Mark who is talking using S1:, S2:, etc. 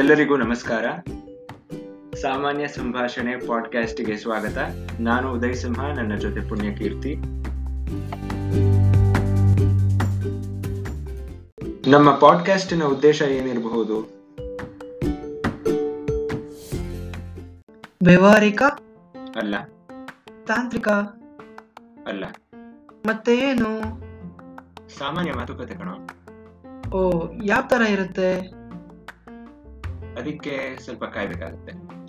S1: ಎಲ್ಲರಿಗೂ ನಮಸ್ಕಾರ ಸಾಮಾನ್ಯ ಸಂಭಾಷಣೆ ಪಾಡ್ಕಾಸ್ಟ್ಗೆ ಸ್ವಾಗತ ನಾನು ಉದಯ್ ಸಿಂಹ ನನ್ನ ಜೊತೆ ಪುಣ್ಯಕೀರ್ತಿ ನಮ್ಮ ಪಾಡ್ಕಾಸ್ಟಿನ ಉದ್ದೇಶ ಏನಿರಬಹುದು
S2: ವ್ಯವಹಾರಿಕ
S1: ಅಲ್ಲ
S2: ತಾಂತ್ರಿಕ
S1: ಅಲ್ಲ
S2: ಮತ್ತೆ ಏನು
S1: ಸಾಮಾನ್ಯ ಮಾತುಕತೆ ಕಣ
S2: ಓ ಯಾವ ತರ ಇರುತ್ತೆ
S1: ಅದಕ್ಕೆ ಸ್ವಲ್ಪ ಕಾಯ್ಬೇಕಾಗುತ್ತೆ